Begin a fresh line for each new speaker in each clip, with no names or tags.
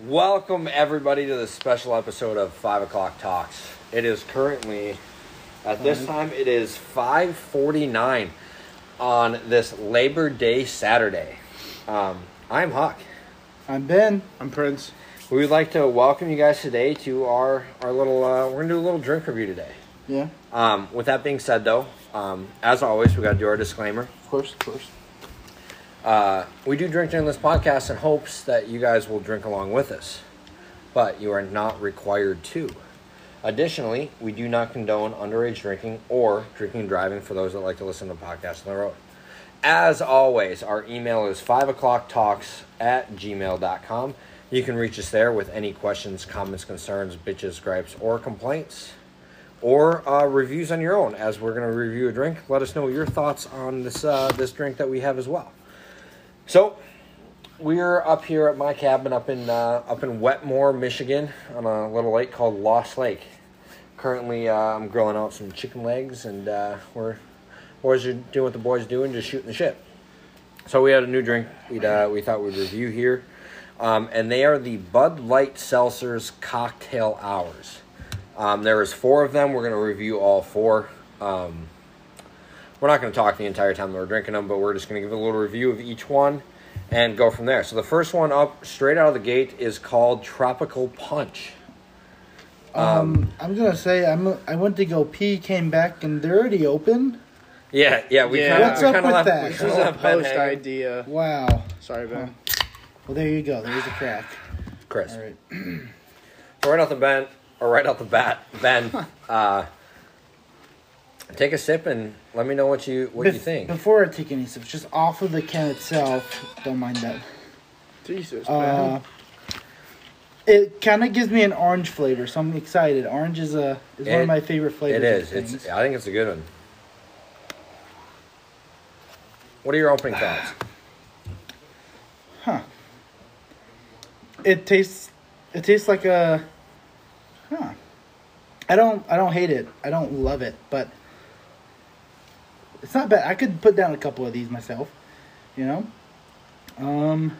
Welcome everybody to this special episode of Five O'clock Talks. It is currently, at this time, it is five forty-nine on this Labor Day Saturday. Um, I'm Huck.
I'm Ben. I'm Prince.
We would like to welcome you guys today to our our little. Uh, we're gonna do a little drink review today.
Yeah,
Um, with that being said, though, um, as always, we got to do our disclaimer.
of course, of course.
Uh, we do drink during this podcast in hopes that you guys will drink along with us, but you are not required to. Additionally, we do not condone underage drinking or drinking and driving for those that like to listen to podcasts on the road. As always, our email is 5 o'clock talks at gmail.com. You can reach us there with any questions, comments, concerns, bitches, gripes, or complaints, or uh, reviews on your own. As we're going to review a drink, let us know your thoughts on this, uh, this drink that we have as well. So we're up here at my cabin up in uh, up in Wetmore, Michigan, on a little lake called Lost Lake. Currently, uh, I'm grilling out some chicken legs, and uh, we're boys are doing what the boys do and just shooting the shit. So we had a new drink we uh, we thought we'd review here, um, and they are the Bud Light Seltzers Cocktail Hours. Um, there is four of them. We're gonna review all four. Um, we're not going to talk the entire time that we're drinking them, but we're just going to give a little review of each one and go from there. So the first one up straight out of the gate is called Tropical Punch. Um,
I'm Um, gonna say I'm. I went to go pee, came back, and they're already open.
Yeah, yeah, we
Yeah.
kind of
What's
up with
left,
that?
We
This
This
kinda
is a
left Ben
post
hanging.
idea.
Wow.
Sorry, Ben.
Well, there you go. There's a crack.
Chris.
All right.
So right off the bat, or right off the bat, Ben, uh, take a sip and let me know what you what you
Bef-
think.
Before I take any sips, just off of the can itself. Don't mind that.
Jesus,
Uh,
Ben.
it kind of gives me an orange flavor, so I'm excited. Orange is a is one
It-
of my favorite flavors.
It
of
is.
things.
It's. I think it's a good one. What are your opening thoughts?
it tastes it tastes like a huh i don't i don't hate it i don't love it but it's not bad i could put down a couple of these myself you know um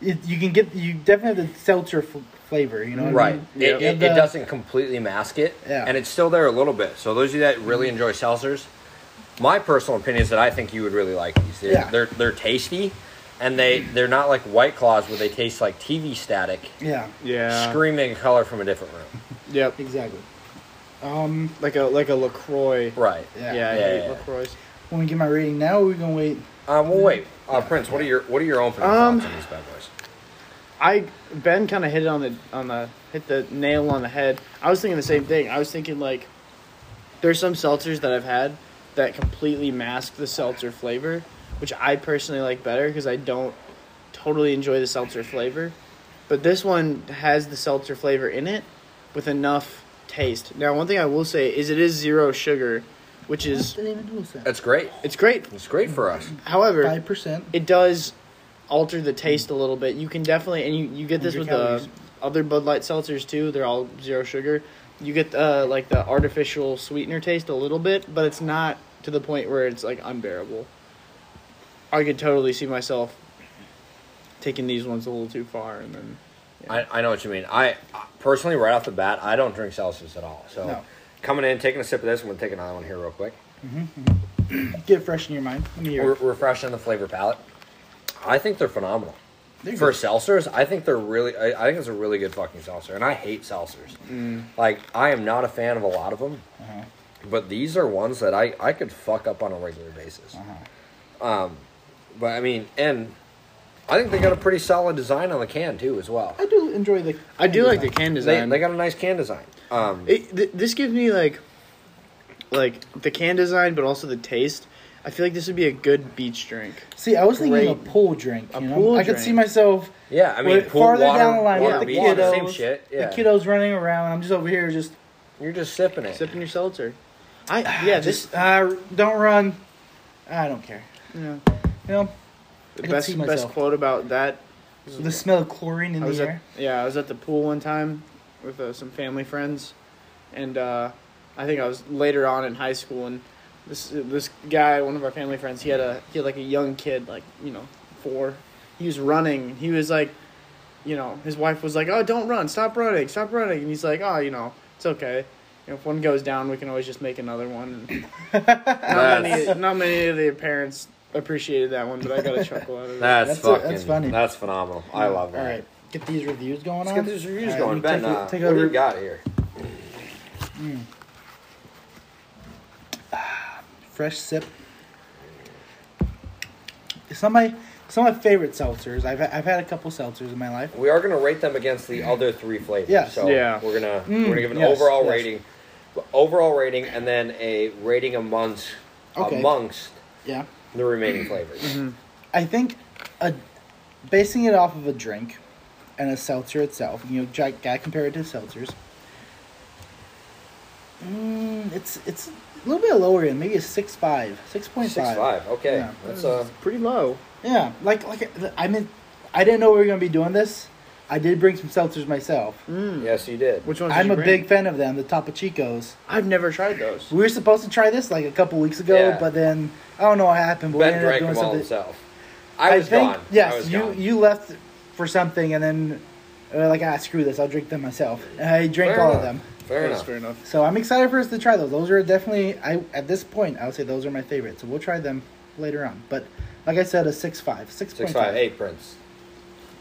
it, you can get you definitely have the seltzer f- flavor you know what I
Right.
mean?
Yeah.
It,
You
it,
have
it
the-
doesn't completely mask it,
uh, Yeah.
and it's still there a little bit. So those of you that really enjoy seltzers, my personal opinion is that I think you would really like these. They're,
Yeah.
they're they're tasty, and they they're not like White Claws where they taste like TV static,
yeah
yeah.
screaming color from a different room.
Yep.
exactly um
Like a like a Lacroix.
Right.
yeah,
Yeah, I
Yeah,
hate
yeah.
Lacroix.
when we get my rating now we're gonna wait
Um, well, wait, uh, Prince. What are your what are your opening
Um,
thoughts on these bad boys?
I Ben kind of hit it on the on the hit the nail on the head. I was thinking the same thing. I was thinking like there's some seltzers that I've had that completely mask the seltzer flavor, which I personally like better because I don't totally enjoy the seltzer flavor. But this one has the seltzer flavor in it with enough taste. Now, one thing I will say is it is zero sugar, which is
Didn't even do that.
That's great.
it's great.
It's great for us.
However,
five percent
it does alter the taste a little bit. You can definitely, and you, you get this
Hundred
with the
calories.
other Bud Light seltzers too. They're all zero sugar. You get uh, like the artificial sweetener taste a little bit, but it's not to the point where it's like unbearable. I could totally see myself taking these ones a little too far, and then
I, I know what you mean. I I- personally, right off the bat, I don't drink seltzers at all. So
No.
coming in, taking a sip of this, I'm gonna take another one here real quick.
get fresh in your mind let me hear
re-
it.
refreshing the flavor palette. I think they're phenomenal.
There you
For
go.
seltzers, I think they're really. I, I think it's a really good fucking seltzer, and I hate seltzers. Like I am not a fan of a lot of them,
Mm. Uh-huh.
but these are ones that I I could fuck up on a regular basis.
Uh-huh.
Um, but I mean, and I think they got a pretty solid design on the can too, as well.
i do enjoy the
I do like the
design.
can
They,
design.
they got a nice can design. Um,
It, th- this gives me like, like the can design, but also the taste. I feel like this would be a good beach drink.
See, I was thinking a
Great.
pool drink.
A
You know?
pool
I could
drink.
see myself
yeah, I mean,
Wait,
pool
farther
water,
down the line
water,
with the
beach,
kiddos,
same shit. Yeah,
the kiddos running around. I'm just over here, just
you're just sipping it.
Sipping your seltzer. I yeah, this
just uh, don't run. I don't care.
Yeah.
You know,
The
I can see
best best
myself.
quote about that.
the smell of chlorine in
I
the
was at,
air.
yeah, I was at the pool one time with uh, some family friends, and uh, I think I was later on in high school, and this this guy, one of our family friends, he had a he had like a young kid, like you know four. He was running. He was like you know, his wife was like, "Oh, don't run, stop running, stop running," and he's like, "Oh, you know, it's okay. You know, if one goes down, we can always just make another one." not many, not many of the parents appreciated that one, but I got a chuckle out of it.
That's,
That's a-
fucking.
that's
that's
funny.
phenomenal. I love that.
All right, get these reviews going
Let's
on.
get these reviews
All
going,
right, let me
Ben.
Take, a-
uh,
take
what
a
do you
re-
got here?
fresh sip. Some of my some of my favorite seltzers. I've I've had a couple seltzers in my life.
We are gonna rate them against the other three flavors.
Yes.
So
Yeah.
we're gonna
Mm,
we're gonna give an
yes,
overall
yes.
rating, overall rating, and then a rating amongst
Okay. Mm-hmm.
amongst
Yeah,
the remaining flavors.
I think a basing it off of a drink and a seltzer itself. You know, j- gotta compare it to seltzers. Mm, it's it's a little bit lower end, maybe a six five, six point
Six
five.
five. Okay.
Yeah.
That's uh.
Pretty low.
Yeah, like like I mean, I didn't know we were gonna be doing this. I did bring some seltzers myself.
Mm.
Yes, you did.
Which ones? did
I'm
you
a
bring?
big fan of them, the Topo Chicos.
I've never tried those.
We were supposed to try this like a couple weeks ago,
Yeah.
but then I don't know what happened. But we
Ben
ended up
drank
doing
them all
something.
himself. I was
think
gone.
yes,
I was
you
gone.
you left for something, and then uh, like ah screw this, I'll drink them myself. And I drank
Fair
all of
enough.
them,
Fair
That's
enough.
fair enough.
so I'm excited for us to try those. Those are definitely I at this point I would say those are my favorite. So we'll try them later on. But like I said, a six five, six
Six
point
five
five.
eight Prince.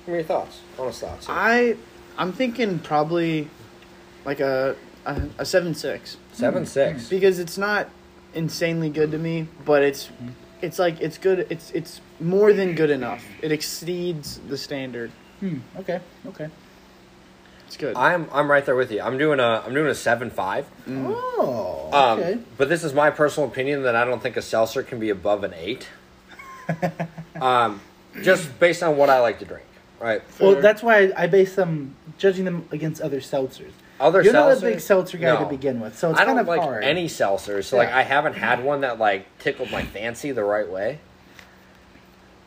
What are your thoughts? Honest thoughts. here.
I, I'm thinking probably, like a a, a seven six.
Seven six.
because it's not insanely good to me, but it's it's like it's good. It's it's more than good enough. It exceeds the standard.
Hmm, okay, okay.
It's good.
I'm I'm right there with you. I'm doing a I'm doing a seven five.
Oh,
Mm. Um,
okay.
But this is my personal opinion that I don't think a seltzer can be above an eight. um, just based on what I like to drink, right?
Well,
Fair.
that's why I, I base them judging them against other seltzers.
Other
You're not a
seltzer-
big seltzer guy
No.
to begin with, so it's
I don't
kind of
like
hard.
any seltzer, so like
Yeah.
I haven't had one that like tickled my fancy the right way.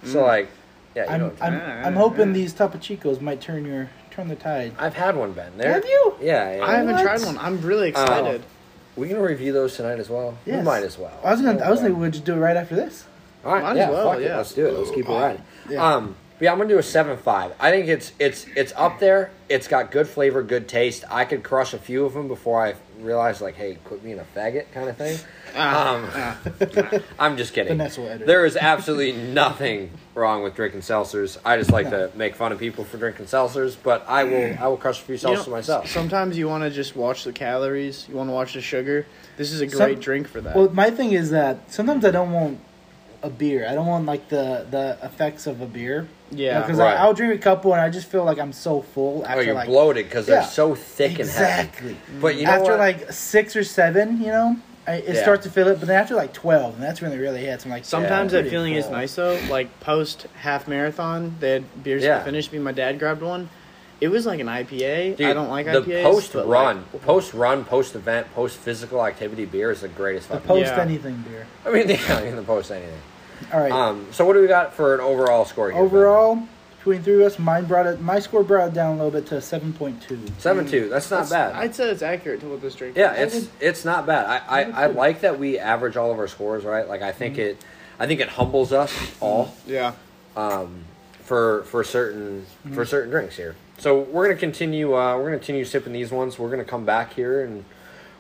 So like, yeah, you know.
Mm. I'm
what I'm
I'm,
Yeah,
I'm
yeah,
hoping
yeah.
these Topo Chicos might turn your turn the tide.
I've had one, Ben. There.
Have you?
Yeah. yeah.
I haven't
What?
tried one. I'm really
Oh,
excited.
we can review those tonight as well. We
Yes.
might as well.
I was gonna I was
Okay.
thinking we'd just do it right after this.
All right,
Might as
yeah,
well,
fuck it.
yeah.
Let's do it. Let's keep it riding.
Yeah.
Um, but yeah, I'm gonna do a seven five. I think it's it's it's up there. It's got good flavor, good taste. I could crush a few of them before I realize like, hey, quit being a faggot kind of thing.
Ah,
Um,
ah.
I'm just kidding.
Vanessa will edit
There is absolutely nothing wrong with drinking seltzers. I just like to make fun of people for drinking seltzers, but I will I will crush a few
You know,
seltzers myself.
Sometimes you want to just watch the calories. You want to watch the sugar. This is a great
Some-
drink for that.
Well, my thing is that sometimes I don't want a beer. I don't want like the the effects of a beer.
yeah.
because
Right.
I'll drink a couple and I just feel like I'm so full after
oh, you're
like
bloated because
Yeah.
they're so thick
exactly.
and heavy. But you know
after
what?
like six or seven, you know, I, it
Yeah.
starts to fill it. But then after like twelve, and that's when it really hits. I'm like,
Sometimes
Yeah.
that feeling is nice though. Like post half marathon, they had beers
Yeah.
to finish. Me, and my dad grabbed one. It was like an IPA.
Dude,
I don't like
the
IPAs.
post
but,
run,
like,
post run, post event, post physical activity beer is the greatest.
The
fucking
post
Yeah.
anything beer.
I mean, yeah, in the post anything.
All right.
Um, so what do we got for an overall score? Here,
Overall, between three of us, mine brought it. My score brought it down a little bit to seven point two.
seven two. That's not bad.
I'd say it's accurate to what this drink.
yeah,
is.
it's
would-
it's not bad. I, I, I like that we average all of our scores, right? Like I think
Mm-hmm.
it, I think it humbles us all
yeah.
um, for for certain for certain drinks here. So we're gonna continue. Uh, we're gonna continue sipping these ones. We're gonna come back here and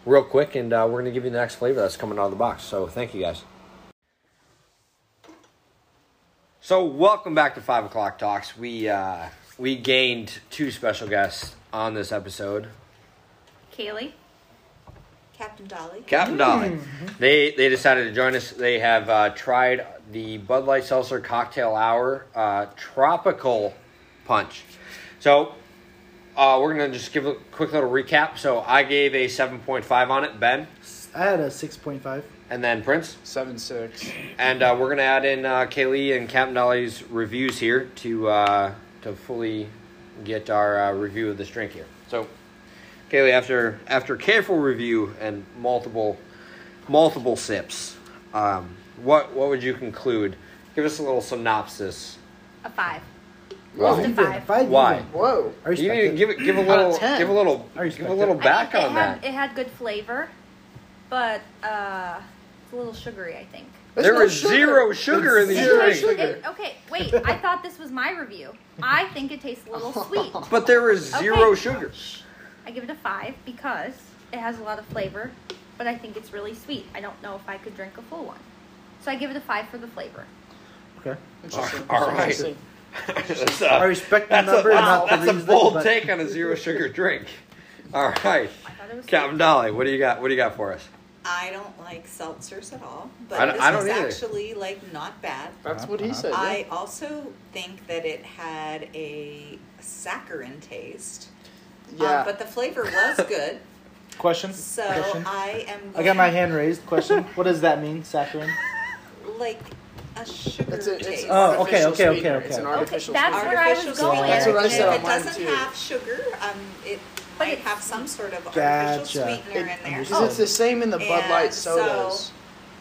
real quick, and uh, we're gonna give you the next flavor that's coming out of the box. So thank you guys. So welcome back to Five O'clock Talks. We uh, we gained two special guests on this episode.
Kaylee. Captain Dolly.
Captain Dolly. They they decided to join us. They have uh, tried the Bud Light Seltzer Cocktail Hour uh, Tropical Punch. So uh, we're gonna just give a quick little recap. So I gave a seven point five on it, Ben,
I had a six point five.
and then Prince,
Seven six.
and uh, we're gonna add in uh, Kaylee and Captain Dolly's reviews here to uh, to fully get our uh, review of this drink here. So Kaylee, after after careful review and multiple multiple sips, um, what what would you conclude? Give us a little synopsis.
A five.
Why?
Just a five.
Five.
Why?
even.
Whoa.
You
I respect
need to
it.
give it give a
Out of
little
10.
give a little
I respect
give a little
it.
back
I think
on
it
that.
Had, it had good flavor, but uh, it's a little sugary, I think.
there
no
is
sugar.
zero sugar in
It's
these
zero
drinks.
sugar.
It- okay, wait. I thought this was my review. I think it tastes a little sweet.
But there is zero
Okay.
sugar.
I give it a five because it has a lot of flavor, but I think it's really sweet. I don't know if I could drink a full one, so I give it a five for the flavor.
Okay.
Interesting.
All right.
Interesting.
That's a-
I respect the
that's a,
number, not the
that's a
reason,
bold
but-
take on a zero sugar drink. All right,
I thought it was.
Captain Dolly, what do you got? What do you got for us?
I don't like seltzers at all, but
I don't-
this
I don't
was
either.
actually like not bad.
That's what he said. yeah.
Uh-huh.
I also think that it had a saccharin taste, um,
uh,
yeah.
but the flavor was good.
Question.
So
Question.
um,
I am.
I got my
going-
hand raised. Question. what does that mean, saccharin?
like a sugar
That's it. It's
taste.
an
Oh, okay,
artificial
okay, okay,
sweetener. It's
okay.
an
Okay,
Okay,
artificial
that's oh.
sweetener.
where I was
Artificial
going.
sweetener.
That's what I
And
said on
If it
mine,
doesn't
too.
have sugar, um, it
But
might
it-
have some sort of artificial
Gotcha.
sweetener
It-
in there.
Because it's the same in the Bud
And
Light
so-
sodas.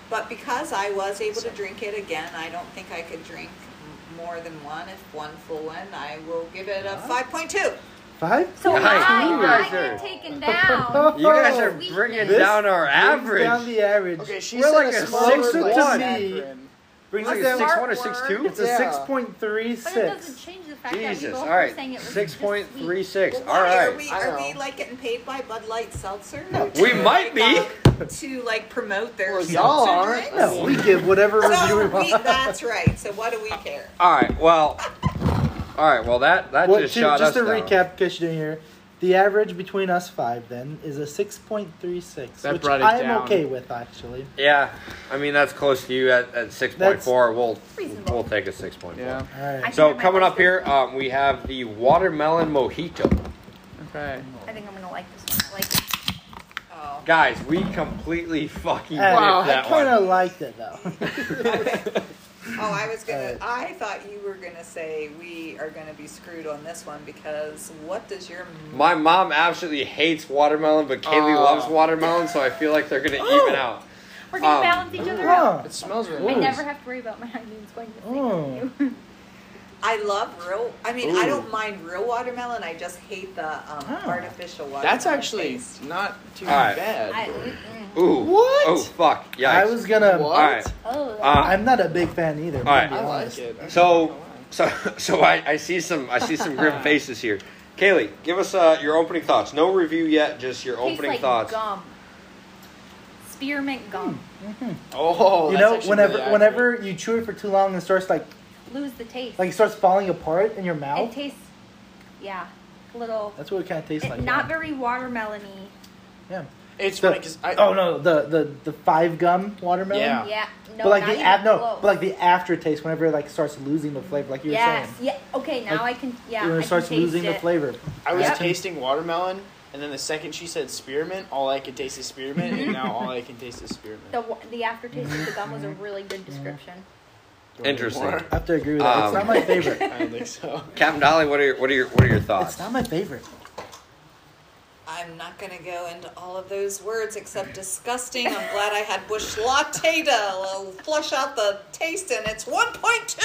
But because I was able to drink it again, I don't think I could drink m- more than one. If one full one, I will give it a five point two.
Five.
So
Nice. You
I, I
guys are-
get taken down.
You guys are
Sweetness.
bringing
This
down our
Brings
average.
Down the average.
Okay, she
We're
said
like
a
a
smaller
six to
like
one.
saccharin.
Brings
Look
like
at
a
that
six one or
word.
six two.
It's a
Yeah.
six point three
But it doesn't
six.
change the fact that we
Jesus.
both
All
were
right,
saying it was
six point
just sweet.
three six.
Well,
All
why Are
right.
we,
I
are we
know.
like getting paid by Bud Light Seltzer? No.
We might be.
to like promote their
Well, y'all
seltzer
aren't.
drinks.
No, we give whatever review we
So
want.
we, that's right. So what do we care?
All right. Well. All right. Well, that that
What-
just
to-
shot
just to
us down.
recap, because you didn't hear, the average between us five then is a six point three six,
That
which
brought it
I'm
down.
okay with actually.
Yeah. I mean, that's close to you at, at six point four. We'll
Reasonable.
we'll take a six point four.
Yeah.
All right.
I-
So coming up here, um, we have the watermelon mojito.
Okay.
I think I'm gonna like this one. I like it.
Oh,
Guys, we completely fucking
Hey,
Wow.
wow,
I
that
kind
one.
of liked it though.
oh, I was gonna.
Uh,
I thought you were gonna say we are gonna be screwed on this one because what does your
My mom absolutely hates watermelon, but Kaylee
Oh.
loves watermelon, so I feel like they're gonna even out.
We're gonna
Oh.
Um,
balance each other out.
Huh.
It smells really
I
nice.
never have to worry about my onions going to the sink.
I love real. I mean, I
Ooh.
don't mind real watermelon. I just hate the um,
Oh.
artificial watermelon.
That's actually
taste.
not too
All right.
bad.
I, mm,
Ooh.
What?
Oh fuck. Yikes.
I was gonna.
All
What?
right.
oh, that-
Uh,
I'm not a big fan either. I'm
right.
gonna
I
be
like
honest.
it. I'm not
So,
gonna lie.
so, so I, I see some I see some grim faces here. Kaylee, give us uh, your opening thoughts. No review yet, just your
tastes
opening
like
thoughts.
gum. Spearmint gum.
Oh,
you
that's
know,
actually
whenever
really accurate.
whenever you chew it for too long, it starts like
Lose the taste.
Hmm. like it starts falling apart in your
it
mouth.
tastes, yeah, a little.
That's what it kind of tastes
It,
like.
not
yeah.
very watermelony.
yeah.
it's
The-
funny because I
oh no, the the the five gum watermelon.
Yeah.
Yeah. No.
but like
not
the
even
ab- no,
close.
but like the aftertaste whenever it like starts losing the flavor, like you were
yes.
saying.
Yeah. Okay. Now
Like,
I can. Yeah.
when
I
it
can
starts
taste
losing the
it.
flavor.
I was
Yep.
tasting watermelon, and then the second she said spearmint, all I could taste is spearmint, and now all I can taste is spearmint.
The, wa- the aftertaste of the gum was a really good description.
Do I need
Interesting.
more?
I have to agree with that.
Um,
it's not my favorite.
I don't think so.
Captain Dolly, what are your what are your what are your
it's
thoughts?
not my favorite.
I'm not gonna go into all of those words except disgusting. I'm glad I had bush latte to uh, flush out the taste, and it's one point two.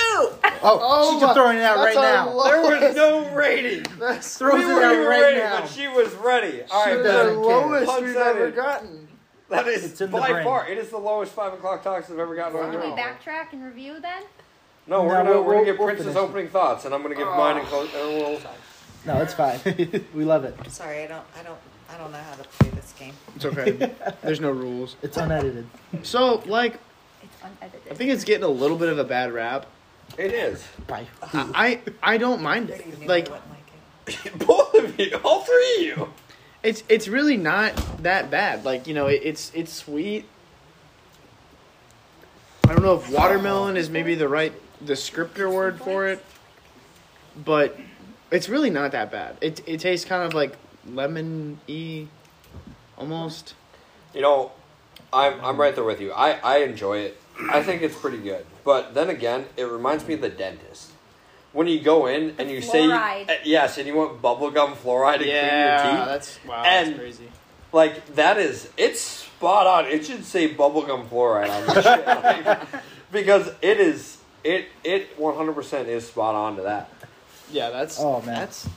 Oh, she's
uh,
just throwing it out right now.
There was no rating.
That's
Throws it out
even
right
ready,
now.
but she was ready. All right,
She
that-
doesn't
the
care.
lowest
Punch
we've
that
ever
in.
gotten.
that is
It's in the
by
brain.
far. It is the lowest five o'clock talks I've ever gotten on
Can we
Oh.
your
backtrack and review then?
No, we're
No,
gonna
we'll-
we're gonna
we'll-
get
we'll
Prince's
finish it.
opening thoughts, and I'm gonna
Ah.
give mine and close. And we'll,
No, it's fine. we love it.
Sorry, I don't, I don't, I don't know how to play this game.
It's okay. There's no rules.
It's unedited.
So, like,
It's unedited.
I think it's getting a little bit of a bad rap.
it is
Bye.
I I I don't mind
You
it.
knew I
Like,
wouldn't like it.
both of you, all three of you.
it's it's really not that bad. Like you know, it, it's it's sweet. I don't know if watermelon is maybe the right descriptor word for it, but it's really not that bad. It it tastes kind of like lemon y, almost.
You know, I'm I'm right there with you. I I enjoy it. I think it's pretty good. But then again, it reminds me of the dentist. When you go in and you say
fluoride.
uh, yes, and you want bubblegum fluoride to clean your teeth.
that's wow,
that's And-
crazy.
Like that is it's spot on. It should say bubblegum fluoride on this shit. like, because it is it it one hundred percent is spot on to that.
Yeah, that's
Oh, man.
that's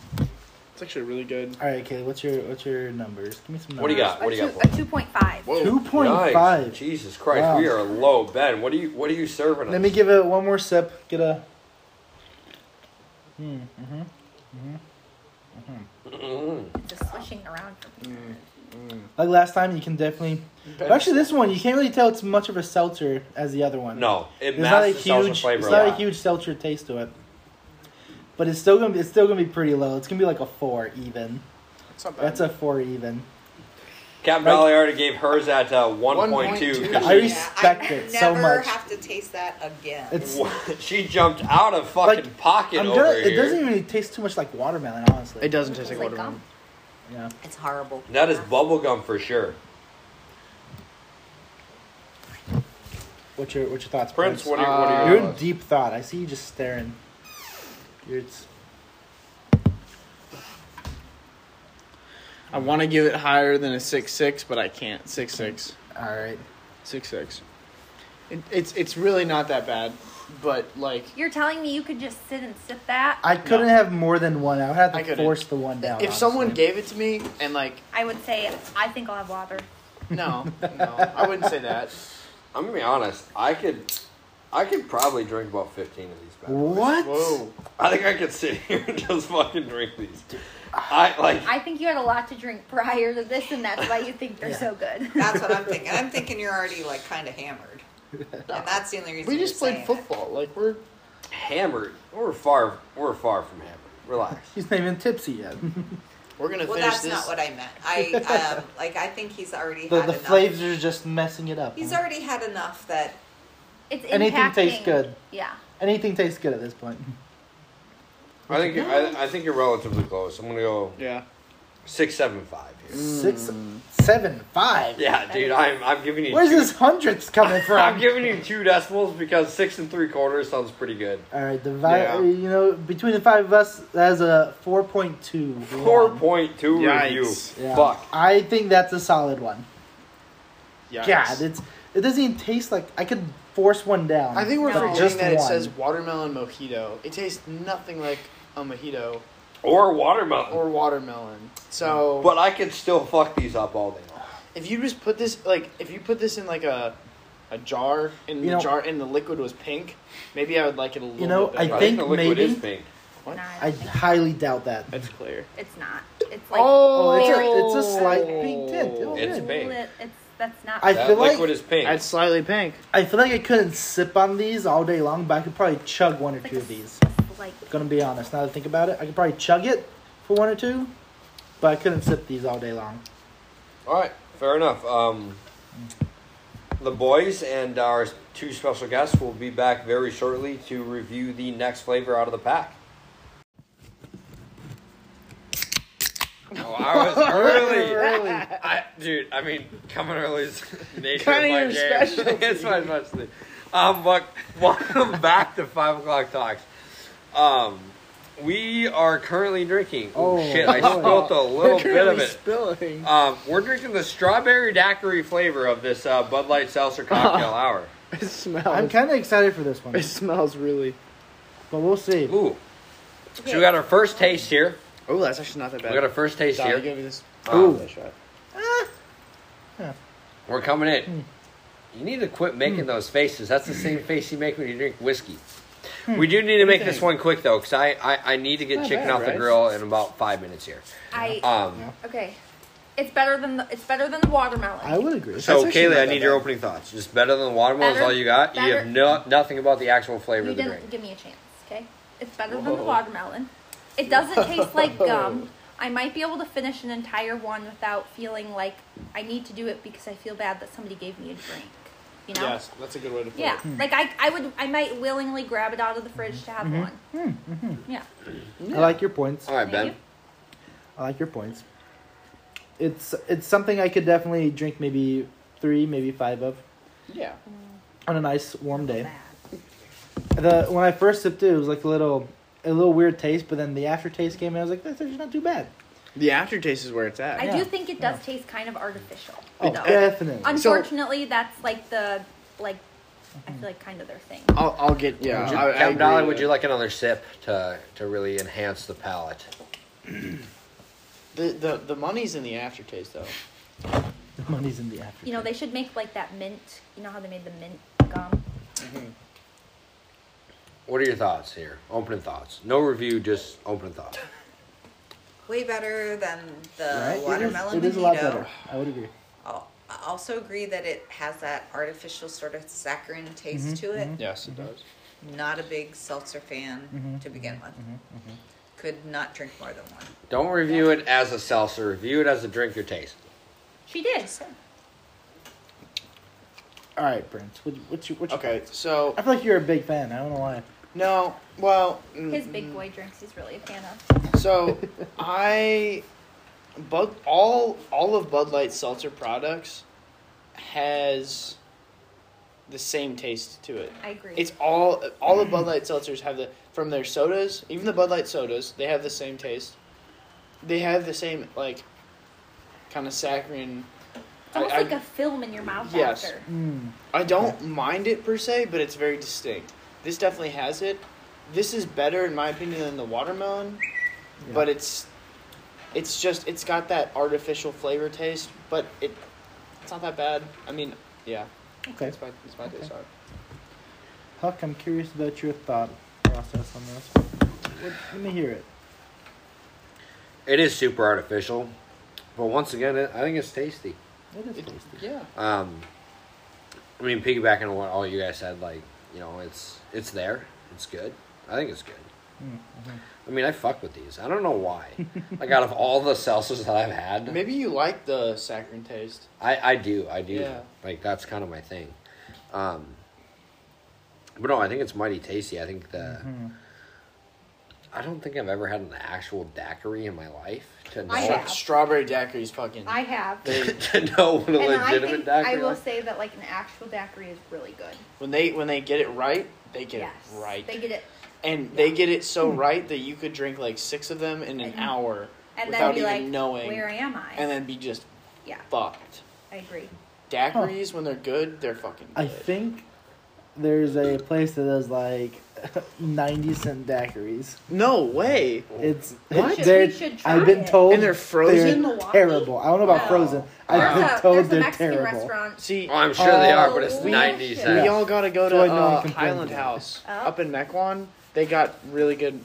It's actually really good.
All right, Kaylee, what's your what's your numbers? Give me some numbers.
What do you got?
A
What do you got?
two-
for
a two point five.
Whoa.
Two point
Nice.
five.
Jesus Christ,
Wow.
we are low, Ben. What are you? What are you serving us?
Let me give it one more sip. Get a. Hmm. Mm-hmm.
Mm.
It's just swishing around.
Like last time, you can definitely. But actually, this one you can't really tell it's much of a seltzer as the other one.
No, it
it's not a
masks the salsa
huge.
flavor
It's
a
not a
lot.
huge seltzer taste to it. But it's still gonna be. It's still gonna be pretty low. It's gonna be like a four even.
That's not bad.
That's a four even.
Captain Valley already gave hers at uh, 1.2.
1.2.
because
I
she-
respect
I
it so
Never
much.
have to taste that again.
It's.
she jumped out of fucking
Like,
pocket
I'm
over
gonna, it
here.
doesn't even taste too much like watermelon, honestly.
It doesn't taste like
It's like
watermelon.
gum.
Yeah.
It's horrible.
That is bubblegum for sure.
What's your What's your thoughts,
Prince,
Prince?
what are, you- what are
Uh,
your
You're in
thoughts?
deep thought. I see you just staring. You're, it's,
I want to give it higher than a six six, but I can't. Six six.
all right.
Six six. It, it's it's really not that bad, but like
You're telling me you could just sit and sip that?
I couldn't have more than one. I would have
I
to
couldn't.
force the one down.
if someone
honestly.
gave it to me and like
I would say I think I'll have water.
no no I wouldn't say that.
I'm gonna be honest. I could, I could probably drink about 15 of these. Bad boys.
What?
Whoa.
I think I could sit here and just fucking drink these. I like.
I think you had a lot to drink prior to this, and that's why you think they're
Yeah.
so good.
That's what I'm thinking. I'm thinking you're already like kind of hammered, and that's the only reason.
We
you're
just played
saying
football. Like we're
hammered. We're far. We're far from hammered. Relax.
He's not even tipsy yet.
we're gonna
It. Well,
finish
that's
this.
not what I meant. I um, like. I think he's already
the
had
the
enough.
flavors are just messing it up.
He's
huh?
already had enough that
It's
Anything tastes
impacting-
good.
Yeah.
Anything tastes good at this point.
I think. I, I think you're relatively close. I'm gonna go
yeah.
six, seven, five. Here.
Six, seven, five.
Yeah, dude. I'm. I'm giving you.
Where's
two-
this hundredths coming
I'm
from?
giving you two decimals because six and three quarters sounds pretty good.
All right, divide.
Yeah.
You know, between the five of us, that's a four point two.
Four point two review.
Yikes.
Fuck.
I think that's a solid one.
Yikes.
God, it's it doesn't even taste like I could force one down.
I think we're
No.
forgetting
Just
that it
one.
says watermelon mojito. It tastes nothing like a mojito
Or watermelon.
or watermelon. So
but I could still fuck these up all day long.
if you just put this like if you put this in like a a jar and
You
the
know-
jar and the liquid was pink, maybe I would like it a little.
know,
bit better.
I
I
think
think
the liquid
maybe-
is pink.
What?
Nah, I
I
don't think
highly doubt that.
That's clear.
it's not. It's like
Oh, it's a- it's a slight pink tint. Oh,
It's
good.
pink.
lit- It's that's not.
I
That
feel like-
liquid is pink.
It's slightly pink.
I feel like I couldn't sip on these all day long, but I could probably chug one or
like
two
a
of these.
Like
Gonna be honest, now that I think about it, I could probably chug it for one or two, but I couldn't sip these all day long.
All right, fair enough. Um, the boys and our two special guests will be back very shortly to review the next flavor out of the pack. Oh, I was early.
Really?
I, dude, I mean, coming early is the nature
Kinda
of
your
my game.
specialty.
it's my specialty. Um, but welcome back to Five O'clock Talks. Um, we are currently drinking. Oh,
Oh,
shit! I
boy.
spilt a little bit of it.
Spilling.
Um, we're drinking the strawberry daiquiri flavor of this uh, Bud Light Seltzer Cocktail Hour.
It smells.
I'm kind of excited for this one,
it smells really.
but we'll see.
Ooh. So we got our first taste here.
Oh, that's actually not that
We
bad.
got our first taste
Dolly,
here. Uh,
give me this.
Ooh.
Give it a shot.
We're coming
Hmm.
in. You need to quit making those faces. That's the same face you make when you drink whiskey. We do need to make this
think?
one quick though, because I, I, I need to get
Hmm. Not
chicken
bad,
off the
right?
grill in about five minutes here.
I
Uh.
Um,
okay. It's better than the, it's better than the watermelon.
I would agree.
so
actually not
Kaylee, I
that
need your
bad.
opening thoughts. Just better than the watermelon is
Better-
all you got. You have
better-
no, nothing about the actual flavor
you
of the
didn't
drink.
give me a chance. Okay. It's better than the
Whoa.
watermelon. It doesn't taste like gum. I might be able to finish an entire one without feeling like I need to do it because I feel bad that somebody gave me a drink. You know.
Yes, that's a good way to put
Yeah,
it.
like I, I would, I might willingly grab it out of the fridge to have one. Yeah,
I like your points.
All right,
Thank
Ben.
you.
I like your points. It's it's something I could definitely drink maybe three, maybe five of
Yeah.
on a nice warm day.
Bad.
The when I first sipped it, it was like a little a little weird taste, but then the aftertaste came and I was like, that's actually not too bad.
The aftertaste is where it's at.
I
Yeah.
do think it does taste kind of artificial.
Oh,
though.
definitely.
Unfortunately, that's like the like I feel like kind of their thing.
I'll, I'll get. Yeah.
Would
Would you-
I, I
Captain
agree
Dolly,
with
would
that.
you like another sip to to really enhance the palate?
The, the the money's in the aftertaste though.
The money's in the after.
You know, they should make like that mint. You know how they made the mint gum?
What are your thoughts here? Opening thoughts. No review, just opening thoughts.
Way better than the
Right?
watermelon
It is, it is a lot better.
mojito.
I would agree.
I'll- I also agree that it has that artificial sort of saccharine taste
Mm-hmm,
to it.
Yes, it does.
Not a big seltzer fan
Mm-hmm,
to begin with. Could not drink more than one.
Don't review it as a seltzer. Review it as a drink your taste.
She did.
All right, Brent. What, what's your, what's your-
Okay, so
I feel like you're a big fan. I don't know why.
no, well, mm,
His big boy drinks he's really a fan of.
So I Bud all all of Bud Light seltzer products has the same taste to it.
I agree.
It's all all the Bud Light seltzers have the from their sodas, even the Bud Light sodas, they have the same taste. They have the same like kind of saccharine.
It's almost
I- I-
like a film in your mouth
Yes.
after.
Mm.
I don't mind it per se, but it's very distinct. This definitely has it. This is better in my opinion than the watermelon, but it's it's just it's got that artificial flavor taste, but it it's not that bad. I mean, yeah,
okay.
it's my it's my taste on. it.
Huck, I'm curious about your thought process on this. What, let me hear it.
It is super artificial, but once again, it, I think it's tasty.
It is
It-
tasty.
Yeah,
Um, I mean, piggybacking on what all you guys said, like you know, it's it's there. It's good. I think it's good. I mean, I fuck with these. I don't know why. like out of all the seltzers that I've had,
maybe you like the saccharine taste.
I, I do, I do.
Yeah.
Like that's kind of my thing. Um, but no, I think it's mighty tasty. I think the.
Mm-hmm.
I don't think I've ever had an actual daiquiri in my life to know
I
Stra-
have.
Strawberry daiquiri is fucking.
I have.
they,
to know what a
and I
legitimate
think
daiquiri.
I will
is.
say that like an actual daiquiri is really good.
when they when they get it right, they get
yes.
it right.
They get it
and they get it so right that you could drink like six of them in an
Mhm.
hour
and
without
then be
even
like
knowing,
where am I?
and then be just
yeah,
fucked.
I agree.
Daiquiris, when they're good, they're fucking. Good.
I think there's a place that does like 90 cent daiquiris.
No way.
It's
What? We
they're-
should try
I've been
it.
told
And they're frozen?
They're
Milwaukee?
terrible. I don't know about
Wow.
frozen. I've
There's
been
a,
told
there's
they're
a Mexican
terrible.
restaurant.
See, uh,
Oh, I'm sure they are, but it's
Oh, we
ninety
should.
cents.
we all gotta go to
So I know I
uh,
can play
Highland
with
House
Oh.
up in Mequon. They got really good.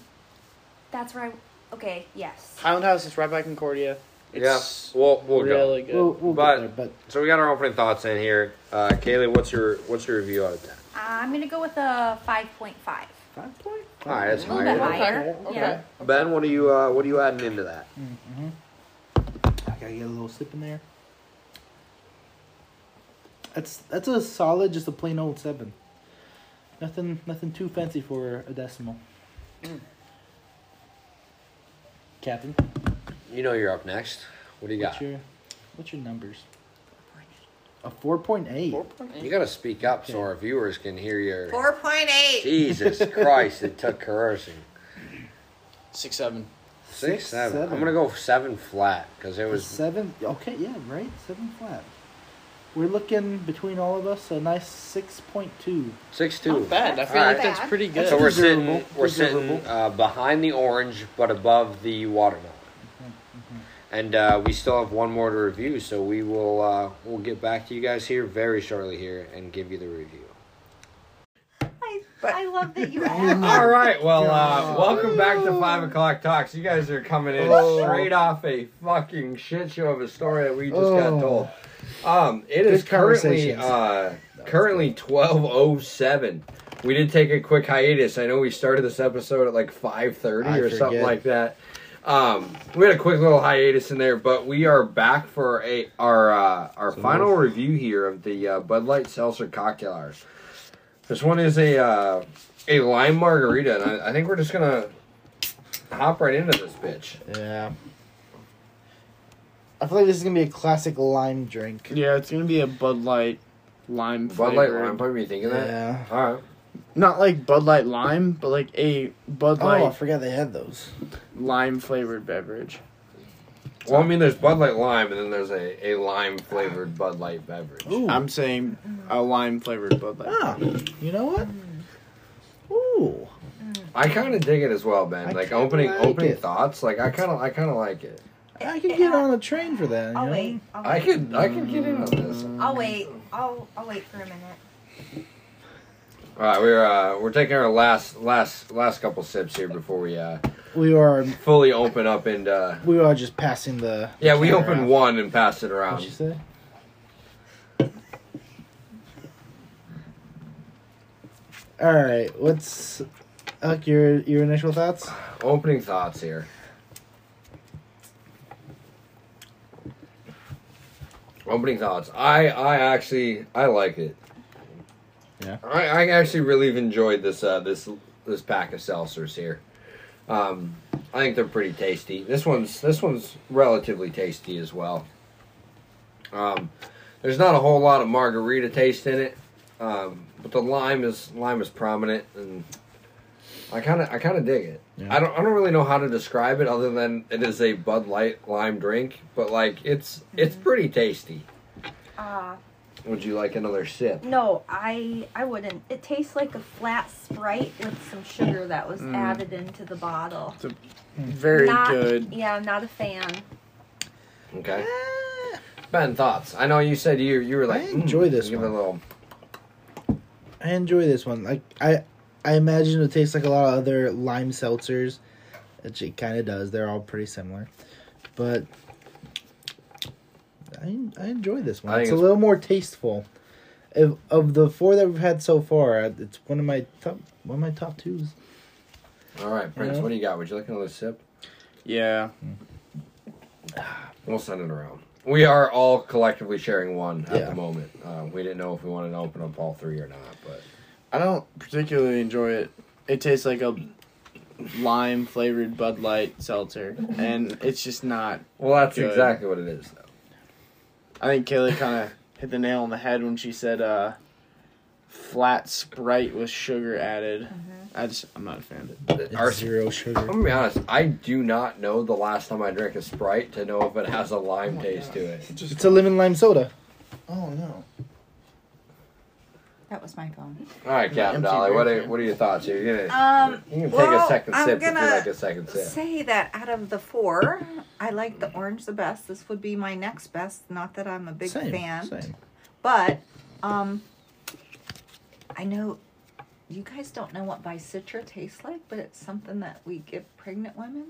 That's where I. Okay. Yes.
Highland House is right by Concordia.
Yeah,
It's
we'll we'll
really
go.
good.
We'll, we'll
But-
get there, but
So we got our opening thoughts in here. Uh, Kaylee, what's your what's your review out of ten?
I'm gonna go with a five point five.
five point.
All right, that's
A little bit
higher.
Okay,
higher.
okay. Mm.
Yeah.
Ben, what are you uh, what are you adding into that?
Mm-hmm. I gotta get a little sip in there. That's that's a solid, just a plain old seven. Nothing, nothing too fancy for a decimal. Captain,
You know you're up next. What do you
what's
got?
your what's your numbers? A four point eight.
Four point eight.
You got to speak up so our viewers can hear your.
4.8.
Jesus Christ! It took coercing.
Six seven.
Six,
Six,
7 seven. I'm
seven.
gonna go seven flat because it
A
was
seven. Okay, yeah, right. Seven flat. We're looking between all of us a nice six point two.
six two.
Not bad. I feel
All
like
right.
that's pretty good.
So we're
Deservable.
sitting we're sitting
Deservable.
uh, behind the orange, but above the watermelon. And uh, we still have one more to review, so we will uh, we'll get back to you guys here very shortly here and give you the review.
I, I love that you asked.
mm-hmm. All right, well, uh, welcome back to Five O'clock Talks. You guys are coming in straight off a fucking shit show of a story that we just got
Oh.
told. Um, it is
Good
currently
conversations.
uh, currently twelve oh seven. We did take a quick hiatus. I know we started this episode at like five
I
thirty or something
forget.
like that. Um, we had a quick little hiatus in there, but we are back for a our uh, our final review here of the uh, Bud Light Seltzer Cocktail Hours. This one is a uh, a lime margarita, and I, I think we're just gonna hop right into this bitch.
Yeah. I feel like this is gonna be a classic lime drink.
Yeah, it's gonna be a Bud Light lime.
Bud Light lime, probably you thinking that.
Yeah.
All right.
Not like Bud Light lime, but like a Bud
Oh, I forgot they had those.
lime flavored beverage.
Well, I mean, there's Bud Light lime, and then there's a, a lime flavored Bud Light beverage.
Ooh.
I'm saying a lime flavored Bud Light.
ah, you know what? Ooh.
I kind of dig it as well, Ben.
I
like
kinda
opening
like
opening
it.
thoughts. Like I kind of I kind of like it.
I could get on a train for that. You
I'll
know?
wait. I'll wait.
I could I could get in on this.
Mm.
I'll wait. I'll I'll wait for a minute.
All right, we're uh, we're taking our last last last couple sips here before we uh,
We are
fully open up and uh,
we are just passing the.
yeah, we
camera
opened
out.
one and passed it
What'd
around.
you say? All right. What's Huck, your your initial thoughts?
Opening thoughts here. Opening thoughts. I I actually I like it.
Yeah.
I, I actually really enjoyed this uh, this this pack of seltzers here. Um, I think they're pretty tasty. This one's this one's relatively tasty as well. Um, there's not a whole lot of margarita taste in it, um, but the lime is lime is prominent, and I kind of I kind of dig it.
Yeah.
I don't I don't really know how to describe it other than it is a Bud Light lime drink, but like it's it's pretty tasty.
Uh,
Would you like another sip?
no, I I wouldn't. It tastes like a flat Sprite with some sugar that was
Mm.
added into the bottle.
Very
Not-
good.
Yeah, I'm not a fan. Uh,
Okay. Ben, thoughts? I know you said you you were like
I enjoy
"Mm,"
this
Give it
one.
a little.
I enjoy this one. Like I, I imagine it tastes like a lot of other lime seltzers, which it kind of does. They're all pretty similar, but I I enjoy this
I
one.
think
It's a
it's-
little more tasteful. Of of the four that we've had so far, uh, it's one of my top one of my top twos.
All right, Prince.
Yeah.
What do you got? Would you like another sip?
Yeah.
We'll send it around. We are all collectively sharing one at
Yeah.
the moment. Uh, we didn't know if we wanted to open up all three or not, but
I don't particularly enjoy it. It tastes like a lime flavored Bud Light seltzer, and it's just not.
well, that's
Good.
exactly what it is. Though.
I think Kaylee kind of hit the nail on the head when she said uh, flat Sprite with sugar added. I just I'm not a fan.
It's
Our, I'm
zero sugar.
gonna be honest. I do not know the last time I drank a Sprite to know if it has a lime taste to it.
It's a lemon lime soda.
Oh no.
That was my phone.
All right, Captain
empty
Dolly. What
beer
are
can.
what are your thoughts here? You can,
Um,
you can take a
well,
2nd
I'm
sip if
gonna
you like a second sip.
Say that out of the four, I like the orange the best. This would be my next best. Not that I'm a big
same,
fan,
same.
but um, I know you guys don't know what Vicitra tastes like, but it's something that we give pregnant women,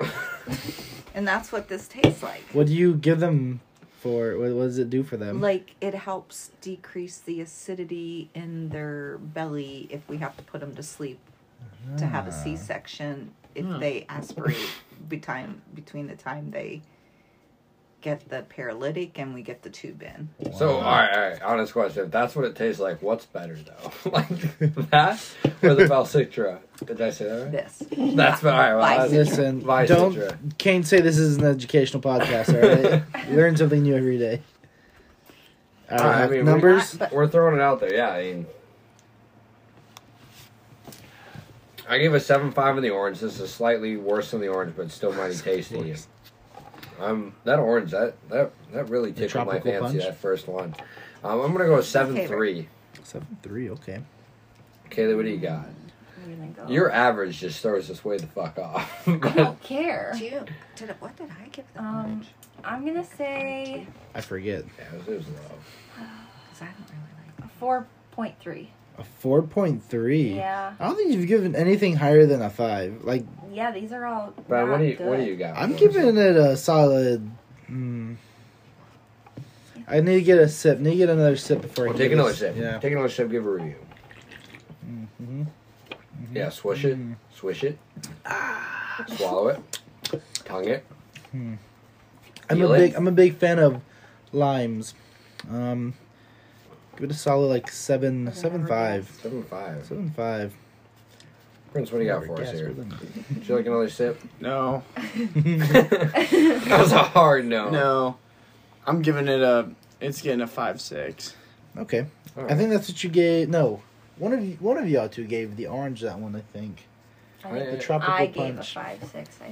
and that's what this tastes like.
What do you give them for? What, what does it do for them?
Like it helps decrease the acidity in their belly if we have to put them to sleep to have a C-section if they aspirate between between the time they get the paralytic and we get the tube in.
So, all right, all right, honest question. If that's what it tastes like, what's better though? like that or the Valcitra? Did I say that right?
This.
That's all right. Well, that's-
Listen,
Vice Citra.
don't can't say this is an educational podcast. All right, learn something new every day. I don't
All right,
have
I mean,
numbers.
But-
We're throwing it out there. Yeah, I mean, I gave a seven five in the orange. This is slightly worse than the orange, but still mighty tasty. Um, that orange that that that really tickled my
tropical
fancy.
punch?
That first one. Um, I'm gonna go seven three.
favorite.
Seven three, okay.
Kaylee, what do you got?
We're gonna go.
Your average just throws us way the fuck off.
I don't care.
Dude, did it, what did I give the
Um,
orange?
I'm gonna say
I forget
Yeah, it was- it was low.
'Cause I don't really like.
a 4.3.
a four point three.
Yeah.
I don't think you've given anything higher than a five. Like
Yeah, these are all.
Brian, what
not
do you what do
good.
you got?
I'm
for us?
giving it a solid. Mm, I need to get a sip. Need to get another sip before. I
Well,
give
take another
this-
sip.
Yeah.
Take another sip. Give a review. Mm-hmm.
Mhm.
Yeah, swish it, swish it, swallow it, tongue it.
I'm a
Feel it?
big. I'm a big fan of limes. Um, give it a solid like seven, seven five,
Seven five.
seven five.
Prince, what do you got for us
Yes,
here?
we're limited.
Would you like another sip?
No.
That was a hard Mm-hmm. no.
No. I'm giving it a. It's getting a five six.
Okay,
All
I think that's what you gave. No, one of you, one of y'all two gave the orange that one. I think the tropical
I gave a
punch.
5.6, I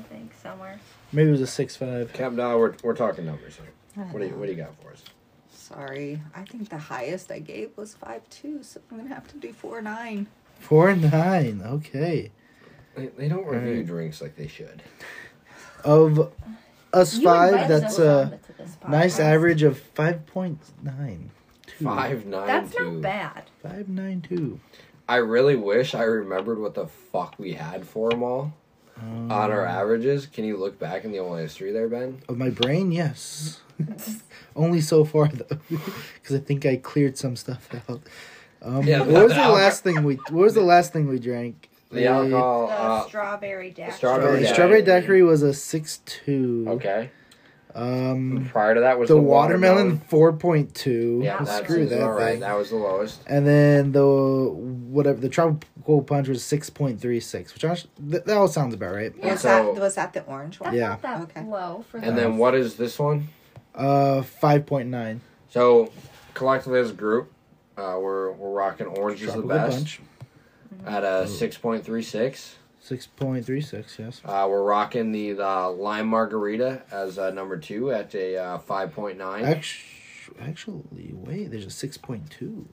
think, somewhere.
Maybe it was a six five.
Cap Dollar, we're, we're talking numbers here. What do you What do you got for us?
Sorry, I think the highest I gave was five two, so I'm gonna have to do four nine.
Four nine. Okay.
They, they don't review drinks like they should.
Of us
You
five,
invited
that's
uh,
us
a
on to this
nice
podcast.
average of five point nine two.
Five nine.
That's
two.
not bad.
Five nine two.
I really wish I remembered what the fuck we had for them all on our averages. Can you look back in the old history there, Ben?
Of my brain, yes.
Uh,
Only so far though, because I think I cleared some stuff out. Um,
Yeah,
what was the
the alcohol-
last thing we? What was the last thing we drank?
The
The
alcohol. Uh,
strawberry dash.
strawberry
Strawberry,
daiquiri.
strawberry daiquiri was a six two.
okay.
Um,
Prior to that was
the, watermelon four point two.
Yeah, that
Screw
seems
that
about right.
thing.
That was the lowest.
And then the whatever the tropical punch was six point three six, which I, sh- th- that all sounds about right.
Yeah.
Was
So-
that was that the orange one?
That's
Yeah.
not that
Okay.
low for
And
those.
then what is this one?
Uh, five point nine.
So collectively as a group, uh, we're we're rocking orange is the
Tropical
best
punch.
at
Mm.
a six point three six.
Six point three six. Yes.
Uh, we're rocking the, the lime margarita as uh, number two at a uh, five point nine.
Actually, actually, wait. There's a six point two.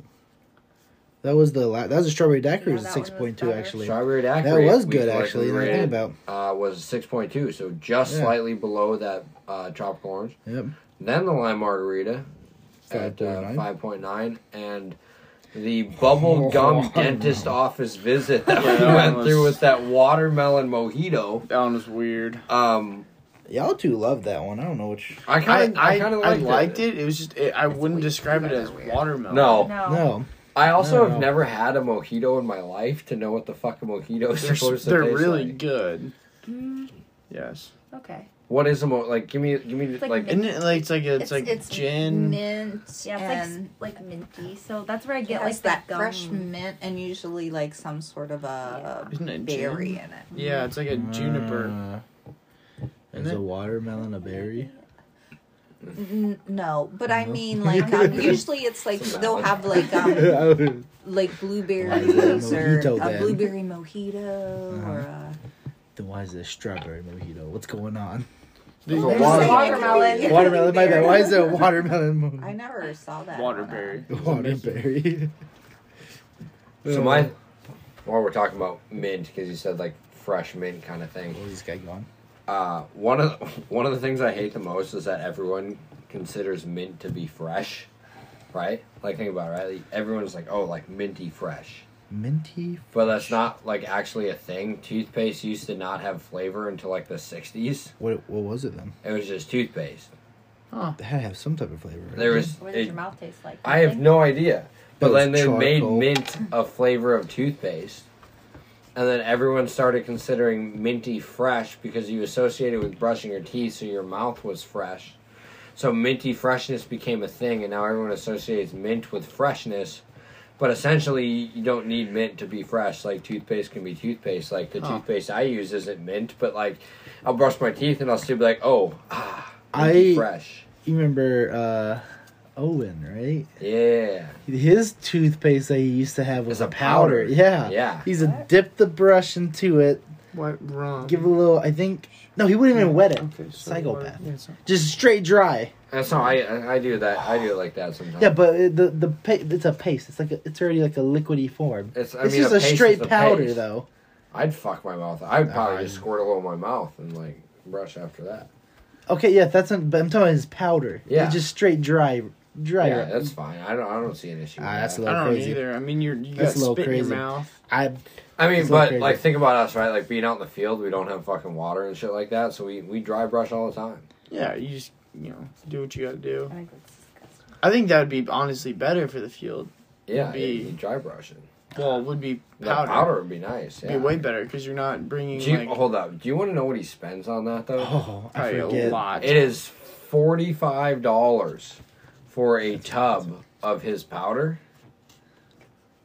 That was the la- that was a strawberry daiquiri.
Yeah,
was a
that one was
six point two
better.
actually.
Strawberry
That
daiquiri.
was
we
good
collectively
actually. now I think
rated,
about.
uh, was six point two, so just
Yeah.
slightly below that uh, tropical orange.
Yep.
Then the lime margarita at uh,
5.9.
five point nine, and the bubble gum dentist office visit that we
Yeah,
went
that
through
was-
with that watermelon mojito.
That one was weird.
Um,
Y'all two love that one. I don't know which.
I kind of I, kind of liked,
it. It was just it, I wouldn't describe it as watermelon.
No,
No.
No.
I also
No,
have
no.
never had a mojito in my life to know what the fuck a mojito is
they're,
supposed to
they're
taste
really
like.
good.
Mm,
Yes,
okay.
What is a mo like? Give me, give me
It's
like.
like
and it, like it's like a,
It's-
it's, like
it's
gin.
Mint
Yeah, it's
and
like, s- like minty. So that's where I
it
get
has
like
that
that gum.
fresh mint and usually like some sort of a
Isn't it
berry
gin?
in it.
Yeah, it's like a juniper.
Mm. Uh, Is
Isn't
a
it?
watermelon a berry?
N- no, but I
No.
mean like um, usually it's like
It's a
they'll
valid.
have like um like blueberries or
mojito
a
then.
blueberry mojito or a
then why is there strawberry mojito? What's going on?
There's
There's
water-
like-
watermelon. Yeah.
Watermelon, my bad. Why is there a watermelon
I
mojito?
never saw that. one on-
waterberry.
Waterberry. Uh,
so my, while we're talking about mint, because you said like fresh mint kind of thing.
What was this guy going?
Uh, one of the, one of the things I hate the most is that everyone considers mint to be fresh, right? Like think about it, right. Like, everyone's like, oh, like minty fresh,
Minty.
but that's not like actually a thing. Toothpaste used to not have flavor until like the '60s.
What? What was it then?
It was just toothpaste.
That had to have some type of flavor. right?
There was.
What does
it-
your mouth taste like?
I have
Nothing?
no idea. But
That was
then they made
charcoal.
mint a flavor of toothpaste. And then everyone started considering minty fresh because you associated with brushing your teeth, so your mouth was fresh. So minty freshness became a thing, and now everyone associates mint with freshness. But essentially, you don't need mint to be fresh. Like toothpaste can be toothpaste. Like the
Huh.
toothpaste I use isn't mint, but like I'll brush my teeth and I'll still be like, oh, ah, minty
I
fresh.
You remember uh, Owen, right?
Yeah.
His toothpaste that he used to have was
It's a
a powder.
powder.
Yeah.
Yeah.
He's a dip the brush into it,
What wrong?
give it a little. I think no, he wouldn't even wet it.
Okay, so
Psychopath.
what- yeah, so-
Just straight dry.
That's how I I- I do that. I do it like that sometimes.
Yeah, but it- the the pa- it's a paste. It's like a, it's already like a liquidy form.
It's, I
it's
mean,
just
a
a,
paste
straight
is a
powder
paste.
though.
I'd fuck my mouth. I'd probably
Nah,
just
I-
squirt a little in my mouth and like brush after that.
Okay, yeah, that's not, but I'm talking about his powder.
Yeah.
It's just straight dry, dry.
yeah, that's fine. I don't I don't see an issue.
Ah,
with
that's
that.
a
I
little
don't
crazy.
know either. I mean, you're you got
That's a little
spit in
crazy.
your mouth.
I
I mean,
It's a little
but
crazy.
like think about us, right? Like being out in the field, we don't have fucking water and shit like that, so we we dry brush all the time.
Yeah, you just you know do what you got to do.
I think that's disgusting.
I think that would be honestly better for the field.
Yeah,
Be-
you, you dry brush it.
Well, it would be
That
powder.
powder. would be nice. Yeah.
Be way better because you're not bringing
Do you,
like
hold up. Do you want to know what he spends on that though?
oh I
probably a
forget.
lot.
It is forty five dollars for a tub of his powder,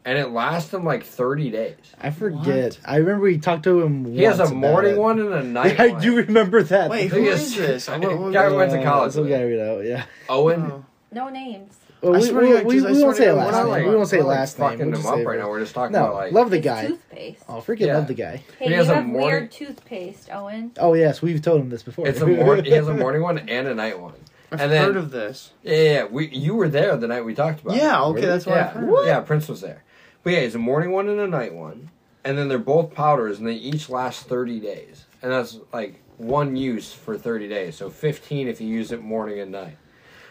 and it lasts him like thirty days.
I forget. I remember we talked to him.
He has
once
a
about
morning
it.
one and a night
Yeah, I
one.
do remember that.
Wait,
He
who
is-
is this? I want-
Guy went to college.
So we gotta read out. Yeah.
Owen.
Oh.
No names.
Well,
I
we,
swear to
we-
God,
we-
'cause I
we
swear
won't
to
say
God,
We're
last
not,
name.
like-
we won't say
we're not, like,
last name.
Fucking
We'll just
him up
say
right now. We're just talking
no,
about like.
love the
It's
guy.
Toothpaste.
Oh, freaking
Yeah.
love the guy.
Hey,
He
you
has a
have
morning-
weird toothpaste, Owen.
Oh yes, we've told him this before.
it's a mor- he has a morning one and a night one.
I've
and then
heard of this.
yeah, yeah, yeah, we you were there the night we talked about. it.
Yeah, okay, that's what I've
yeah,
heard.
yeah. Prince was there, but yeah, it's a morning one and a night one, and then they're both powders, and they each last thirty days, and that's like one use for 30 days. So 15 if you use it morning and night.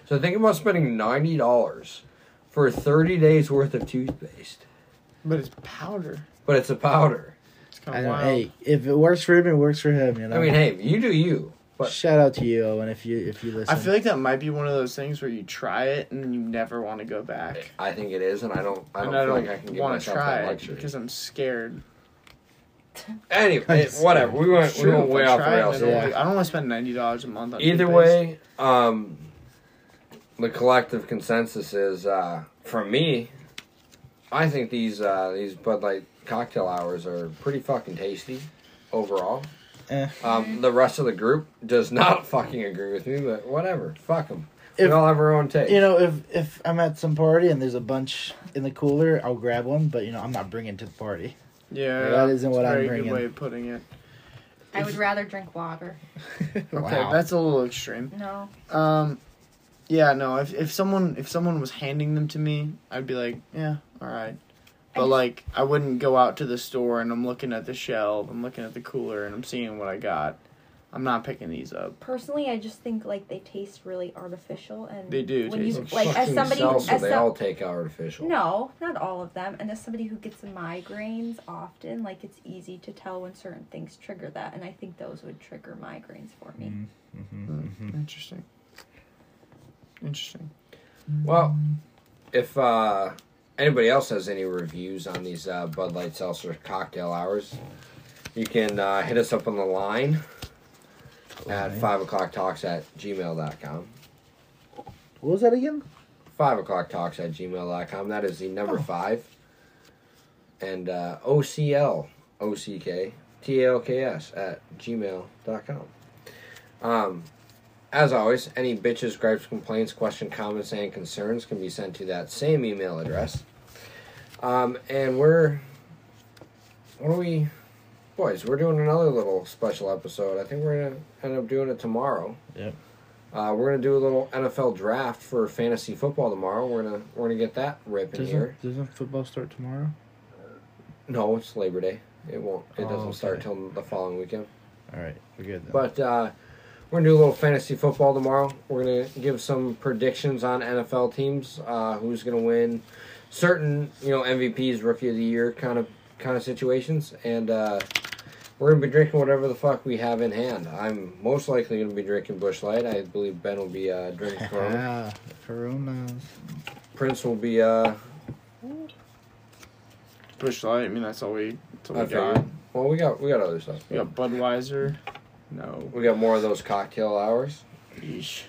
So think about spending $90 for 30 days worth of toothpaste.
But it's powder.
But it's a powder.
It's
I
kind of
don't,
wild.
hey, if it works for him, it works for him. You know.
I mean, hey, you do you. But
shout out to you, Owen, if you if you listen.
I feel like that might be one of those things where you try it and you never want to go back.
I think it is, and I don't. I don't
and I
feel
don't
like I can give
want to
myself that
try it
luxury.
because I'm scared.
Anyway,
I'm
it-
just-
whatever. We went.
It's
We
true,
went
if I
way off the
try it,
rails.
I don't,
Yeah.
like- I don't want to spend ninety dollars a month on
Either
toothpaste.
way, um, the collective consensus is uh, from me. I think these uh, these Bud Light cocktail hours are pretty fucking tasty overall.
Eh.
Mm-hmm.
Um, the rest of the group does not fucking agree with me, but whatever. Fuck them. we
If-
all have our own taste.
you know, if if I'm at some party and there's a bunch in the cooler, I'll grab one. But you know, I'm not bringing it to the party.
yeah,
that isn't
it's
what
a
I'm
very
bringing.
Good way of putting it.
I would rather drink water.
Okay,
Wow.
that's a little extreme.
No.
Um, yeah, no. If if someone if someone was handing them to me, I'd be like, yeah, all right. But
just-
like, I wouldn't go out to the store and I'm looking at the shelf, I'm looking at the cooler, and I'm seeing what I got. I'm not picking these up.
Personally, I just think like they taste really artificial and
They do
When
taste
you
Some
like as
fucking
somebody
salsa,
as
they
some-
all take artificial.
No, not all of them. And as somebody who gets migraines often, like it's easy to tell when certain things trigger that, and I think those would trigger migraines for
Mm.
me.
Interesting. Interesting.
Well, if uh, anybody else has any reviews on these uh, Bud Light Seltzer cocktail hours, you can uh, hit us up on the line at 5 o'clock talks at gmail.com.
What was that again?
5 o'clock talks at gmail.com. That is the number 5. And uh, OCL, OCK, TALKS at gmail.com. Um, as always, any bitches, gripes, complaints, question, comments, and concerns can be sent to that same email address. Um, and we're, what are we, boys? We're doing another little special episode. I think we're gonna end up doing it tomorrow.
Yep.
Uh, we're gonna do a little NFL draft for fantasy football tomorrow. We're gonna we're gonna get that rip in here.
Doesn't doesn't football start tomorrow?
No, it's Labor Day. It won't. It
Oh,
doesn't start
okay.
till the following weekend.
All right, we're good. Then.
But uh, we're gonna do a little fantasy football tomorrow. We're gonna give some predictions on NFL teams, uh, who's gonna win certain, you know, MVPs, Rookie of the Year kind of kind of situations, and uh, we're gonna be drinking whatever the fuck we have in hand. I'm most likely gonna be drinking Bush Light. I believe Ben will be uh, drinking Corona.
ah, Coronas.
Prince will be. Uh,
Bush Light. I mean, that's all we. That's all we
I
got.
figured. Well, we got we got other stuff.
We got Budweiser. No.
We got more of those cocktail hours.
Yeesh.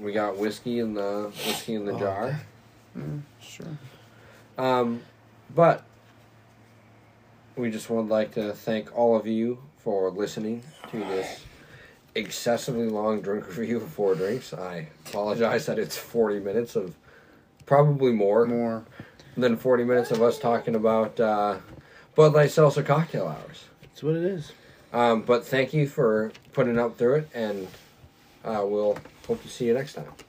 We got whiskey in the whiskey in the
Oh,
jar.
Sure.
Um, but we just would like to thank all of you for listening to this excessively long drink review of four drinks. I apologize that it's 40 minutes of probably more,
More.
than 40 minutes of us talking about uh, Bud Light Seltzer cocktail hours.
That's what it is.
Um, but thank you for putting up through it, and uh, we'll hope to see you next time.